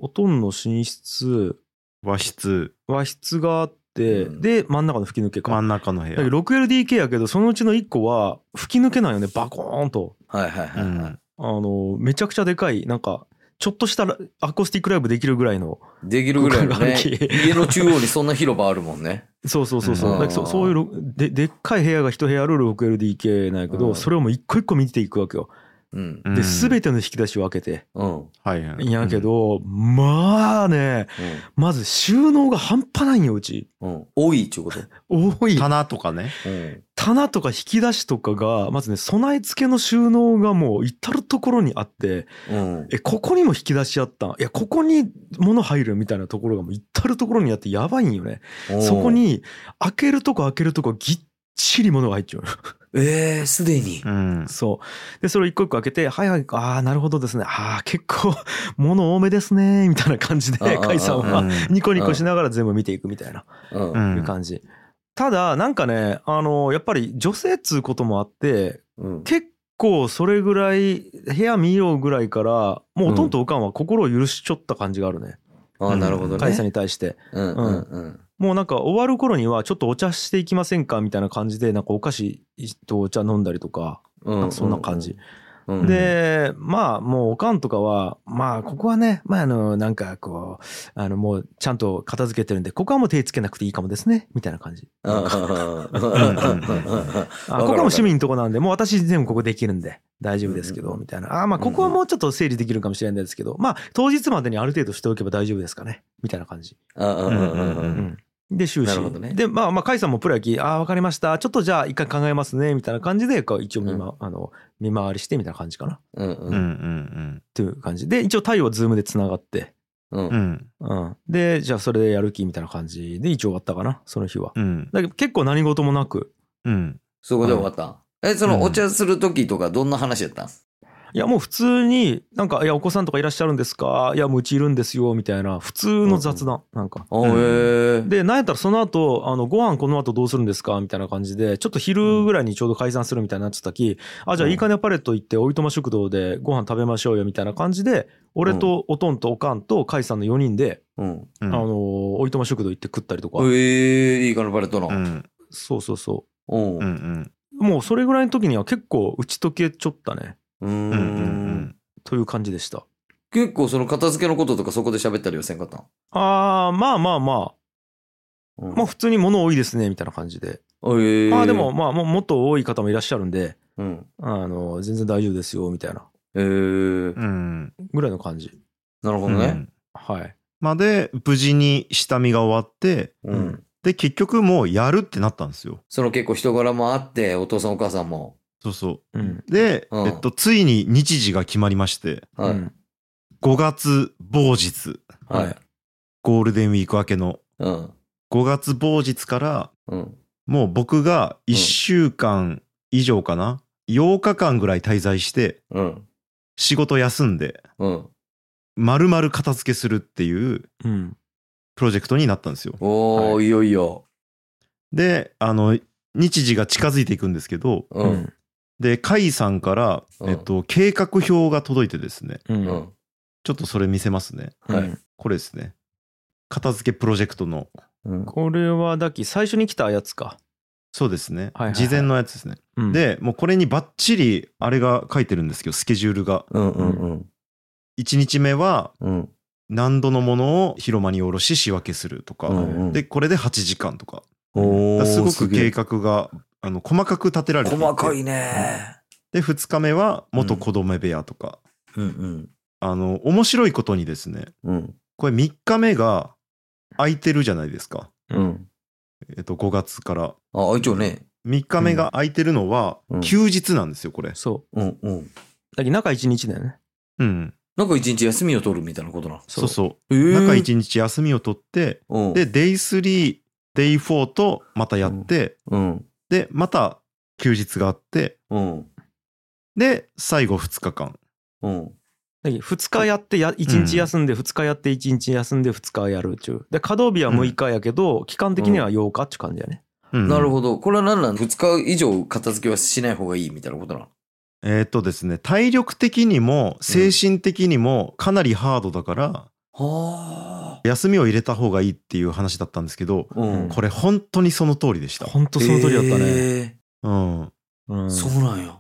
[SPEAKER 1] おとんの寝室、
[SPEAKER 2] 和室、
[SPEAKER 1] 和室があって、
[SPEAKER 3] うん
[SPEAKER 1] で、真ん中の吹き抜け
[SPEAKER 2] 真
[SPEAKER 1] か。
[SPEAKER 2] ん中の部
[SPEAKER 1] だけ
[SPEAKER 2] 屋。
[SPEAKER 1] ど 6LDK やけど、そのうちの1個は吹き抜けなんよね、バコーンと。
[SPEAKER 3] はいはいは
[SPEAKER 2] う
[SPEAKER 3] いは
[SPEAKER 2] ん
[SPEAKER 3] い。
[SPEAKER 1] あの、めちゃくちゃでかい、なんか、ちょっとしたラアコースティックライブできるぐらいの
[SPEAKER 3] できるぐらいのね
[SPEAKER 1] 空間があるき
[SPEAKER 3] 家の中央にそんな広場あるもんね。
[SPEAKER 1] そうそうそうそう、
[SPEAKER 2] うん
[SPEAKER 1] だからそそういうろででっかい部屋が一部屋ある 6LDK なんやけど、
[SPEAKER 3] うん
[SPEAKER 1] それをもう一個一個見ていくわけよ
[SPEAKER 3] うん。
[SPEAKER 1] で
[SPEAKER 2] て、
[SPEAKER 1] 全ての引き出しを開けて
[SPEAKER 3] うん。うん。
[SPEAKER 2] はいはい。
[SPEAKER 1] んやけど、まあねまず収納が半端ないんようち
[SPEAKER 3] うん。多いっちゅうこと。
[SPEAKER 1] 多
[SPEAKER 2] うん
[SPEAKER 1] い
[SPEAKER 2] 棚とかね。
[SPEAKER 3] うん。
[SPEAKER 1] 棚とか引き出しとかがまずね備え付けの収納がもう至る所にあって
[SPEAKER 3] うん。
[SPEAKER 1] えここにも引き出しあったんいやここに物入るみたいなところがもう至る所にあってやばいんよねそこ。に開けるとこ開けるとこぎっちり物が入っちゃう
[SPEAKER 3] ええ、すでに
[SPEAKER 2] う。ん。
[SPEAKER 1] そう。で、それを一個一個開けて、はいはい、ああ、なるほどですね。ああ、結構、物多めですね。みたいな感じで、
[SPEAKER 3] あー
[SPEAKER 1] 甲斐さん
[SPEAKER 2] う
[SPEAKER 1] は、
[SPEAKER 2] ん
[SPEAKER 1] ニコニコしながら全部見ていくみたいな、
[SPEAKER 3] うん
[SPEAKER 2] う。
[SPEAKER 1] いうん感じ。ただ、なんかね、あの、やっぱり女性っつうこともあって、
[SPEAKER 3] うん。
[SPEAKER 1] 結構それぐらい、部屋見ようぐらいから、もうほとんどおかんは心を許しちょった感じがあるね。
[SPEAKER 3] ああ、なるほど
[SPEAKER 1] 甲斐さん
[SPEAKER 3] ね。
[SPEAKER 1] に対して。
[SPEAKER 3] うんうんうん。
[SPEAKER 1] もうなんか終わる頃には、ちょっとお茶していきませんかみたいな感じで、なんかお菓子とお茶飲んだりとか、
[SPEAKER 3] う
[SPEAKER 1] なんかそんな感じ。。
[SPEAKER 3] うん、
[SPEAKER 1] で、まあ、もう、おかんとかは、まあ、ここはね、まあ、あの、なんか、こう、あの、もう、ちゃんと片付けてるんで、ここはもう手つけなくていいかもですね、みたいな感じ。
[SPEAKER 3] うんうんうん
[SPEAKER 1] あ
[SPEAKER 3] わかる
[SPEAKER 1] ここ
[SPEAKER 3] わ
[SPEAKER 1] は
[SPEAKER 3] か
[SPEAKER 1] もう
[SPEAKER 3] る
[SPEAKER 1] 市民のとこなんで、もう私全部ここできるんで、大丈夫ですけ
[SPEAKER 3] うん
[SPEAKER 1] ど、
[SPEAKER 3] うん
[SPEAKER 1] みたいな。あまあ、ここはもうちょっと整理できるかもしれないですけど、まあ、当日までにある程度しておけば大丈夫ですかね、みたいな感じ。
[SPEAKER 3] うんうんう
[SPEAKER 1] うんん。で、終
[SPEAKER 3] な
[SPEAKER 1] 始
[SPEAKER 3] るほど。ね
[SPEAKER 1] で、まあ、まあ、甲斐さんもプロ野球、ああ、わかりました。ちょっとじゃあ、一回考えますね、みたいな感じで、こう一応見ま、あの、見回りして、みたいな感じかな。っ
[SPEAKER 3] うんう
[SPEAKER 2] うんうんん
[SPEAKER 1] ていう感じ。で、一応、太陽はズームで繋がって、
[SPEAKER 3] うん
[SPEAKER 2] うん。うん。
[SPEAKER 1] うん。で、じゃあそれでやる気みたいな感じで一応終わったかな、その日は。
[SPEAKER 2] うん。
[SPEAKER 1] だけど結構何事もなく。
[SPEAKER 2] うん。
[SPEAKER 3] そこで終わった。え、そのお茶するときとかどんな話やったん
[SPEAKER 1] いや、もう普通に、なんか、いや、お子さんとかいらっしゃるんですかいや、もううちいるんですよ、みたいな、普通の雑談、なんか。
[SPEAKER 3] おえ
[SPEAKER 1] で、なんやったらその後、あの、ご飯この後どうするんですかみたいな感じで、ちょっと昼ぐらいにちょうど解散するみたいになってたき、あ、じゃあ
[SPEAKER 3] うん
[SPEAKER 1] いいかねパレット行って、おいとま食堂でご飯食べましょうよ、みたいな感じで、俺とおとんとおかんとかいさんの4人で、
[SPEAKER 3] うん。
[SPEAKER 2] う
[SPEAKER 1] あ
[SPEAKER 2] ん
[SPEAKER 1] のー、おいとま食堂行って食ったりとか。
[SPEAKER 3] ええ、いいかな、バレットの
[SPEAKER 2] う。ん。
[SPEAKER 1] そうそうそう。
[SPEAKER 3] うん
[SPEAKER 2] うん。う。ん。
[SPEAKER 1] もうそれぐらいの時には結構打ち解けちょったね
[SPEAKER 3] う
[SPEAKER 2] うん。うん。
[SPEAKER 1] という感じでした
[SPEAKER 3] 結構その片付けのこととかそこで喋ったりはせんかったん
[SPEAKER 1] あーまあまあま
[SPEAKER 3] う
[SPEAKER 1] あまあ普通に物多いですねみたいな感じで、
[SPEAKER 3] ええ。
[SPEAKER 1] まあでも、まあもうもっと多い方もいらっしゃるんで
[SPEAKER 3] うん。
[SPEAKER 1] あの全然大丈夫ですよみたいな
[SPEAKER 3] ええ
[SPEAKER 2] う。ん。
[SPEAKER 1] ぐらいの感じ
[SPEAKER 3] なるほ
[SPEAKER 2] う
[SPEAKER 3] どね。
[SPEAKER 2] ん。
[SPEAKER 1] はい
[SPEAKER 2] まで、無事に下見が終わって、
[SPEAKER 3] うん。
[SPEAKER 2] で、結局もうやるってなったんですよ。
[SPEAKER 3] その結構人柄もあって、お父さんお母さんも。
[SPEAKER 2] そうそう。
[SPEAKER 1] うん
[SPEAKER 2] で、
[SPEAKER 3] うん
[SPEAKER 2] えっと、ついに日時が決まりまして、
[SPEAKER 3] は
[SPEAKER 1] う
[SPEAKER 3] い。
[SPEAKER 1] ん
[SPEAKER 2] 5月某日、
[SPEAKER 3] はい。
[SPEAKER 2] ゴールデンウィーク明けの
[SPEAKER 3] うん。
[SPEAKER 2] 5月某日から、
[SPEAKER 3] うん。
[SPEAKER 2] もう僕が1週間以上かな8日間ぐらい滞在して
[SPEAKER 3] うん。
[SPEAKER 2] 仕事休んで
[SPEAKER 3] うん。
[SPEAKER 2] 丸々片付けするっていう
[SPEAKER 1] うん。
[SPEAKER 2] プロジェクトになったんですよ。
[SPEAKER 3] おー、、
[SPEAKER 1] はい
[SPEAKER 3] よいよ。
[SPEAKER 2] であの日時が近づいていくんですけど
[SPEAKER 3] うん。
[SPEAKER 2] で甲斐さんから、
[SPEAKER 3] うん
[SPEAKER 2] えっと、計画表が届いてですね
[SPEAKER 1] うん。
[SPEAKER 3] う。
[SPEAKER 1] うんん。
[SPEAKER 2] ちょっとそれ見せますね
[SPEAKER 3] はい
[SPEAKER 2] これですね片付けプロジェクトの
[SPEAKER 3] うん
[SPEAKER 1] これはだき最初に来たやつか。
[SPEAKER 2] そうです
[SPEAKER 1] は
[SPEAKER 2] ね、
[SPEAKER 1] いはいはい
[SPEAKER 2] 事前のやつですね、
[SPEAKER 1] うん、
[SPEAKER 2] でもうこれにバッチリあれが書いてるんですけどスケジュールが
[SPEAKER 3] うんうん
[SPEAKER 2] 1日目は
[SPEAKER 3] うん。
[SPEAKER 2] 何度のものを広間に下ろし仕分けするとか、
[SPEAKER 3] うんうん
[SPEAKER 2] でこれで8時間とか
[SPEAKER 3] お
[SPEAKER 2] だからすごく計
[SPEAKER 3] げえ
[SPEAKER 2] 画があの細かく立てられていて
[SPEAKER 3] 細かいね。
[SPEAKER 2] で2日目は元子供部屋とか、
[SPEAKER 3] うん
[SPEAKER 2] あの面白いことにですね
[SPEAKER 3] うん。うん。
[SPEAKER 2] これ3日目が空いてるじゃないですか、
[SPEAKER 3] うん。
[SPEAKER 2] えっと、5月から
[SPEAKER 3] あ、あ一応ね。
[SPEAKER 2] 3日目が空いてるのは
[SPEAKER 3] うん
[SPEAKER 2] 休日なんですよこれ、
[SPEAKER 1] そ
[SPEAKER 3] うんうん。
[SPEAKER 1] う。だき中1日だよね。
[SPEAKER 2] うん、
[SPEAKER 3] なんか一日休みを取るみたいなことな。
[SPEAKER 2] そうそう
[SPEAKER 3] えー
[SPEAKER 2] 中1日休みを取って
[SPEAKER 3] うん。
[SPEAKER 2] で、デイ3デイ4とまたやって、
[SPEAKER 3] うん。
[SPEAKER 2] でまた休日があって
[SPEAKER 3] うん。
[SPEAKER 2] で最後2日間
[SPEAKER 3] うん。
[SPEAKER 1] だき2日やってや1日休んで2日やって1日休んで2日やるっちゅう。で稼働日は6日やけど、期間的には8日っちゅう感じやね。
[SPEAKER 2] うん
[SPEAKER 3] なるほど。これは何なん2日以上片付けはしない方がいいみたいなことな。
[SPEAKER 2] えーっとですね体力的にも精神的にもかなりハードだから、
[SPEAKER 3] はあ。
[SPEAKER 2] 休みを入れた方がいいっていう話だったんですけど、
[SPEAKER 3] うん。
[SPEAKER 2] これ本当にその通りでした、
[SPEAKER 1] ほんとその通りだったね。
[SPEAKER 3] え
[SPEAKER 2] うん、
[SPEAKER 1] う
[SPEAKER 3] ー
[SPEAKER 1] ん
[SPEAKER 3] そうなんや。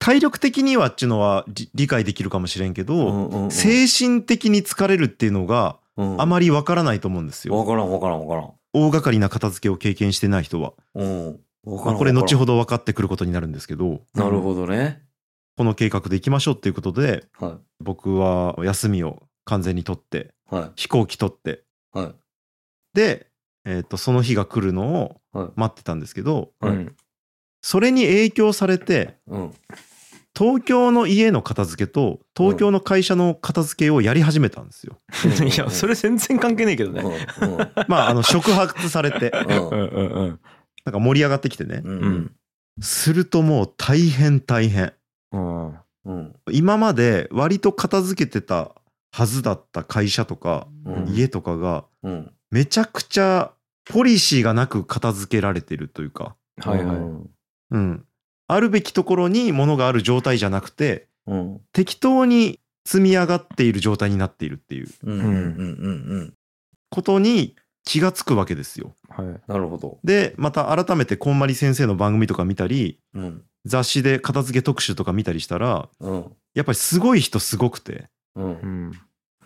[SPEAKER 2] 体力的にはっていうのは理理解できるかもしれんけど、
[SPEAKER 3] うん
[SPEAKER 2] 精神的に疲れるっていうのがあまりわからないと思うんです
[SPEAKER 3] り
[SPEAKER 2] よ、
[SPEAKER 3] わからんわからんわか
[SPEAKER 2] 大掛かりな片付けを経験してない人は、
[SPEAKER 3] らん。うん。わから
[SPEAKER 2] まあ
[SPEAKER 3] ん。
[SPEAKER 2] これ後ほ
[SPEAKER 3] ど。
[SPEAKER 2] ど分かってくることになるんですけど
[SPEAKER 3] なるほどね。
[SPEAKER 2] この計画でいきましょうっていうことで
[SPEAKER 3] は
[SPEAKER 2] 僕は休みを完全に取って
[SPEAKER 3] い。は
[SPEAKER 2] 飛行機取って
[SPEAKER 3] い。はい。
[SPEAKER 2] で、えー、とその日が来るのを
[SPEAKER 3] はい
[SPEAKER 2] 待ってたんですけど、
[SPEAKER 1] う
[SPEAKER 3] はい
[SPEAKER 1] ん
[SPEAKER 2] それに影響されて
[SPEAKER 3] うん。
[SPEAKER 2] 東京の家の片付けと東京の会社の片付けをやり始めたんですよ。
[SPEAKER 1] いや、それ全然関係ねえけど
[SPEAKER 3] うん。
[SPEAKER 1] ね。
[SPEAKER 2] まああの触発され て
[SPEAKER 3] うん
[SPEAKER 1] うんうんうん。
[SPEAKER 2] なんか盛り上がってきてね
[SPEAKER 3] う。。
[SPEAKER 1] うんん。
[SPEAKER 2] するともう大変大変。
[SPEAKER 1] うん。
[SPEAKER 3] うん。
[SPEAKER 2] 今まで割と片付けてたはずだった会社とか
[SPEAKER 3] うん
[SPEAKER 2] 家とかが
[SPEAKER 3] うん。
[SPEAKER 2] めちゃくちゃポリシーがなく片付けられてるというか、
[SPEAKER 1] はいはい。
[SPEAKER 2] うん、あるべきところに物がある状態じゃなくて
[SPEAKER 3] うん。
[SPEAKER 2] 適当に積み上がっている状態になっているっていう
[SPEAKER 3] うんうんうんうん。
[SPEAKER 2] ことに気がつくわけですよ。
[SPEAKER 1] はい。
[SPEAKER 3] なるほど。
[SPEAKER 2] でまた改めてこんまり先生の番組とか見たり
[SPEAKER 3] うん。
[SPEAKER 2] 雑誌で片付け特集とか見たりしたら
[SPEAKER 3] うん。
[SPEAKER 2] やっぱりすごい人すごくて
[SPEAKER 3] う。
[SPEAKER 1] うんん。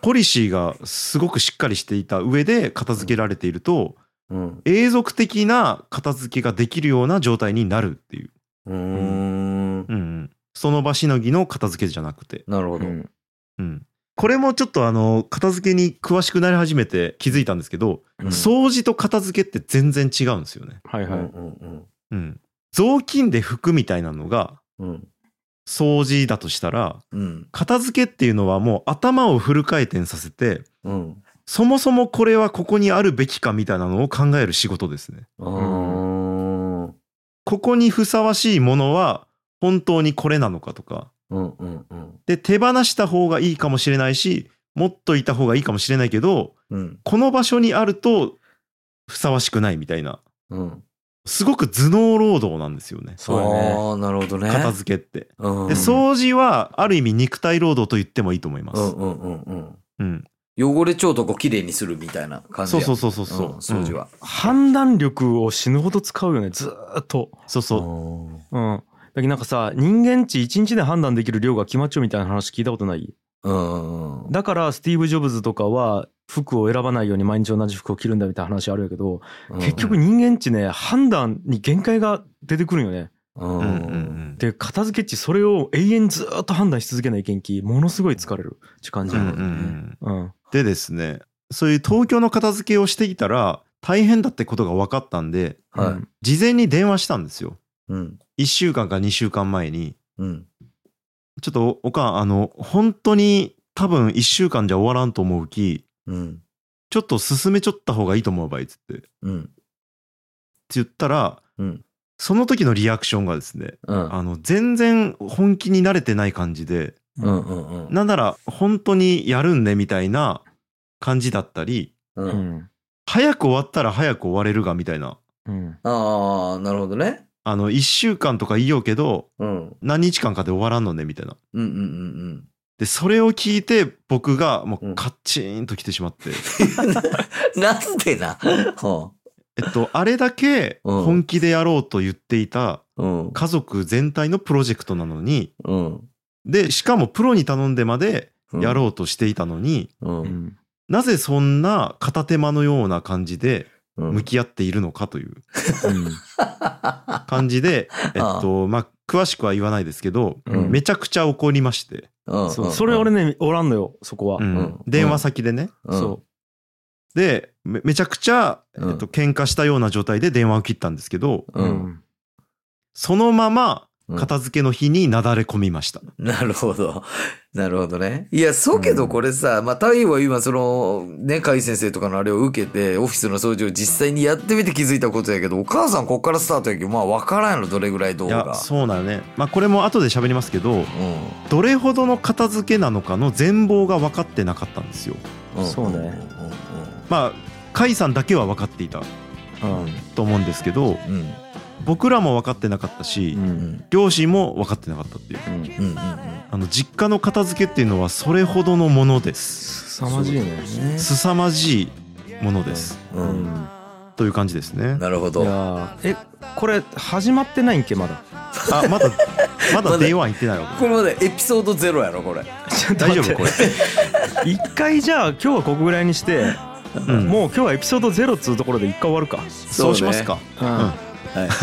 [SPEAKER 2] ポリシーがすごくしっかりしていた上で片付けられていると
[SPEAKER 3] うん。
[SPEAKER 2] 永続的な片付けができるような状態になるっていう、
[SPEAKER 3] うん。
[SPEAKER 2] うんうん、その場しのぎの片付けじゃなくて、
[SPEAKER 3] なるほど。
[SPEAKER 2] うん、これもちょっとあの片付けに詳しくなり始めて気づいたんですけど、
[SPEAKER 3] うん
[SPEAKER 2] 掃除と片付けって全然違うんですよね、
[SPEAKER 1] はい
[SPEAKER 3] うんう
[SPEAKER 1] はい。
[SPEAKER 3] ん
[SPEAKER 2] うん、雑巾で拭くみたいなのが
[SPEAKER 3] うん。
[SPEAKER 2] 掃除だとしたら
[SPEAKER 3] うん。
[SPEAKER 2] 片付けっていうのはもう頭をフル回転させて
[SPEAKER 3] うん。
[SPEAKER 2] そもそもこれはここにあるべきかみたいなのを考える仕事ですね。
[SPEAKER 3] うん。ああ。
[SPEAKER 2] ここにふさわしいものは本当にこれなのかとか。
[SPEAKER 3] うんうんうん。
[SPEAKER 2] で、手放した方がいいかもしれないし、持っといた方がいいかもしれないけど、
[SPEAKER 3] うん。
[SPEAKER 2] この場所にあるとふさわしくないみたいな。
[SPEAKER 3] うん。
[SPEAKER 2] すごく頭脳労働なんですよね。
[SPEAKER 1] そうだね。
[SPEAKER 3] ああ、なるほどね。
[SPEAKER 2] 片付けって。
[SPEAKER 3] うん。
[SPEAKER 2] で、掃除はある意味肉体労働と言ってもいいと思いま
[SPEAKER 3] う
[SPEAKER 2] す。
[SPEAKER 3] んうんうんうん。
[SPEAKER 2] うん。
[SPEAKER 3] 汚れちょうとこきれいにするみたいな感じ
[SPEAKER 2] そう
[SPEAKER 3] や。
[SPEAKER 2] そうそうそうそう。
[SPEAKER 3] ん掃除
[SPEAKER 2] うん
[SPEAKER 3] は。
[SPEAKER 1] 判断力を死ぬほど使うよね、ずーっと。
[SPEAKER 2] そうそう。
[SPEAKER 1] うん。だけどなんかさ、人間値1日で判断できる量が決まっちゃうみたいな話聞いたことない
[SPEAKER 3] うん。うん。
[SPEAKER 1] だからスティーブ・ジョブズとかは服を選ばないように毎日同じ服を着るんだみたいな話あるやけど、結局人間値ね、判断に限界が出てくるんよね。
[SPEAKER 3] うん。
[SPEAKER 2] う
[SPEAKER 3] うん
[SPEAKER 2] うんうんん。
[SPEAKER 1] で、片付け値それを永遠ずーっと判断し続けない元気、ものすごい疲れるって感じ
[SPEAKER 2] う
[SPEAKER 1] や
[SPEAKER 2] ん
[SPEAKER 1] ね
[SPEAKER 2] うんうん。
[SPEAKER 1] うん。
[SPEAKER 2] でですねそういう東京の片付けをしてきたら大変だってことが分かったんで
[SPEAKER 3] は
[SPEAKER 1] う
[SPEAKER 3] い
[SPEAKER 1] ん
[SPEAKER 2] 事前に電話したんですよ
[SPEAKER 3] うん。
[SPEAKER 2] 1週間か2週間前に
[SPEAKER 3] うん。
[SPEAKER 2] ちょっとおおかんあの本当に多分1週間じゃ終わらんと思うき
[SPEAKER 3] うん。
[SPEAKER 2] ちょっと進めちょった方がいいと思うばいっつってって
[SPEAKER 3] うん。
[SPEAKER 2] 言ったら、
[SPEAKER 3] うん
[SPEAKER 2] その時のリアクションがですね、
[SPEAKER 3] うん。
[SPEAKER 2] あの、全然本気に慣れてない感じで、
[SPEAKER 3] うんうんうん。
[SPEAKER 2] なんなら本当にやるんねみたいな感じだったり、
[SPEAKER 3] う、
[SPEAKER 1] うんん
[SPEAKER 2] 早く終わったら早く終われるがみたいな、
[SPEAKER 1] うん
[SPEAKER 3] ああ、なるほどね。
[SPEAKER 2] あの、1週間とかいいようけど、
[SPEAKER 3] うん。
[SPEAKER 2] 何日間かで終わらんのねみたいな。
[SPEAKER 3] うんうんうん
[SPEAKER 2] で、それを聞いて僕がも
[SPEAKER 3] う
[SPEAKER 2] うんカッチーンと来てしまって、
[SPEAKER 3] うん。なんでな。は
[SPEAKER 2] えっと、あれだけ
[SPEAKER 3] うん
[SPEAKER 2] 本気でやろうと言っていた
[SPEAKER 3] あ、うん。
[SPEAKER 2] 家族全体のプロジェクトなのに、
[SPEAKER 3] うん。
[SPEAKER 2] で、しかもプロに頼んでまでやろうとしていたのに、
[SPEAKER 3] うん。う。
[SPEAKER 1] うんん
[SPEAKER 2] なぜそんな片手間のような感じで
[SPEAKER 3] うん。
[SPEAKER 2] 向き合っているのかという
[SPEAKER 1] うん
[SPEAKER 2] 感じで、えっ
[SPEAKER 3] あ
[SPEAKER 2] と、まあ、詳しくは言わないですけど、
[SPEAKER 3] うん
[SPEAKER 2] めちゃくちゃ怒りまして、
[SPEAKER 3] うん
[SPEAKER 1] そうそれ俺ねおらんのよそこは、
[SPEAKER 2] うん
[SPEAKER 3] うん
[SPEAKER 2] 電話先でね。
[SPEAKER 1] そ
[SPEAKER 2] で、めめちゃくちゃ、えっ
[SPEAKER 3] うん
[SPEAKER 2] と、喧嘩したような状態で電話を切ったんですけど、
[SPEAKER 1] う、
[SPEAKER 3] う。
[SPEAKER 1] うんん
[SPEAKER 2] そのまま
[SPEAKER 3] うん
[SPEAKER 2] 片付けの日になだれ込みました。
[SPEAKER 3] なるほど。なるほどね。いや、そうけどこれさ、まあ、タイは今その、ね、カイ先生とかのあれを受けて、オフィスの掃除を実際にやってみて気づいたことやけど、お母さんこっからスタートやけど、まあ、わからんやろ、どれぐらいどう
[SPEAKER 2] い
[SPEAKER 3] が
[SPEAKER 2] や、。そうなのね。まあ、これも後で喋りますけど、
[SPEAKER 3] う
[SPEAKER 2] どれほどの片付けなのかの全貌が分かってなかったんですよ。
[SPEAKER 3] ん。ん
[SPEAKER 1] そうね。
[SPEAKER 2] まあ、甲斐さんだけは分かっていた
[SPEAKER 1] うん
[SPEAKER 2] と思うんですけど、
[SPEAKER 3] うん。うん。
[SPEAKER 2] 僕らも分かってなかった
[SPEAKER 1] う
[SPEAKER 2] し、
[SPEAKER 1] んう
[SPEAKER 3] うんん。
[SPEAKER 2] 両親も分かってなかったっていう。
[SPEAKER 1] うん
[SPEAKER 3] うん。うん。
[SPEAKER 2] あの実家の片付けっていうのはそれほどのものです。
[SPEAKER 1] 凄まじいね
[SPEAKER 2] 凄まじいものです。
[SPEAKER 3] う。
[SPEAKER 1] うんん
[SPEAKER 2] という感じですね。
[SPEAKER 3] なるほ
[SPEAKER 1] い
[SPEAKER 3] ど。
[SPEAKER 1] やーえこれ始まってないんけま だ
[SPEAKER 2] あ、まだ、まだ Day1 行ってないわ。
[SPEAKER 3] これまでエピソードゼロやろ、これ。
[SPEAKER 2] 大丈夫これ。
[SPEAKER 1] れ一回じゃあ今日はここぐらいにして、
[SPEAKER 2] うん
[SPEAKER 1] もう今日はエピソードゼロっつうところで一回終わるか、
[SPEAKER 2] そうしますか。
[SPEAKER 1] うん
[SPEAKER 3] は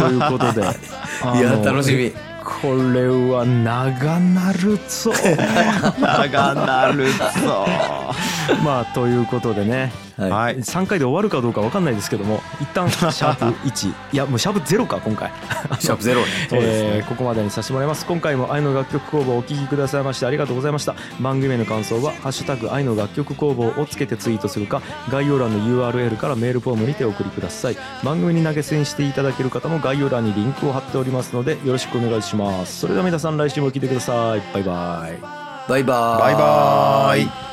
[SPEAKER 1] ということ で
[SPEAKER 3] い。い
[SPEAKER 1] あ
[SPEAKER 3] や、
[SPEAKER 1] の
[SPEAKER 3] 楽しみ。
[SPEAKER 1] これは長なる ぞ
[SPEAKER 2] 長なるぞ。
[SPEAKER 1] まあということでね
[SPEAKER 3] は
[SPEAKER 2] はい。
[SPEAKER 1] 3回で終わるかどうか分かんないですけども一旦シャープ1いやもうシャープ0か今回
[SPEAKER 3] い。シャープゼロね。
[SPEAKER 2] そうですね
[SPEAKER 1] えーここまでにさせてもらいます今回も愛の楽曲工房をお聴きくださいましてありがとうございました番組への感想は「ハッシュタグ愛の楽曲工房」をつけてツイートするか概要欄の URL からメールフォームにてお送りください番組に投げ銭していただける方も概要欄にリンクを貼っておりますのでよろしくお願いしますそれでは皆さん来週も聴いてくださいバイバイ
[SPEAKER 3] バイバーイ。
[SPEAKER 2] バイバーイ。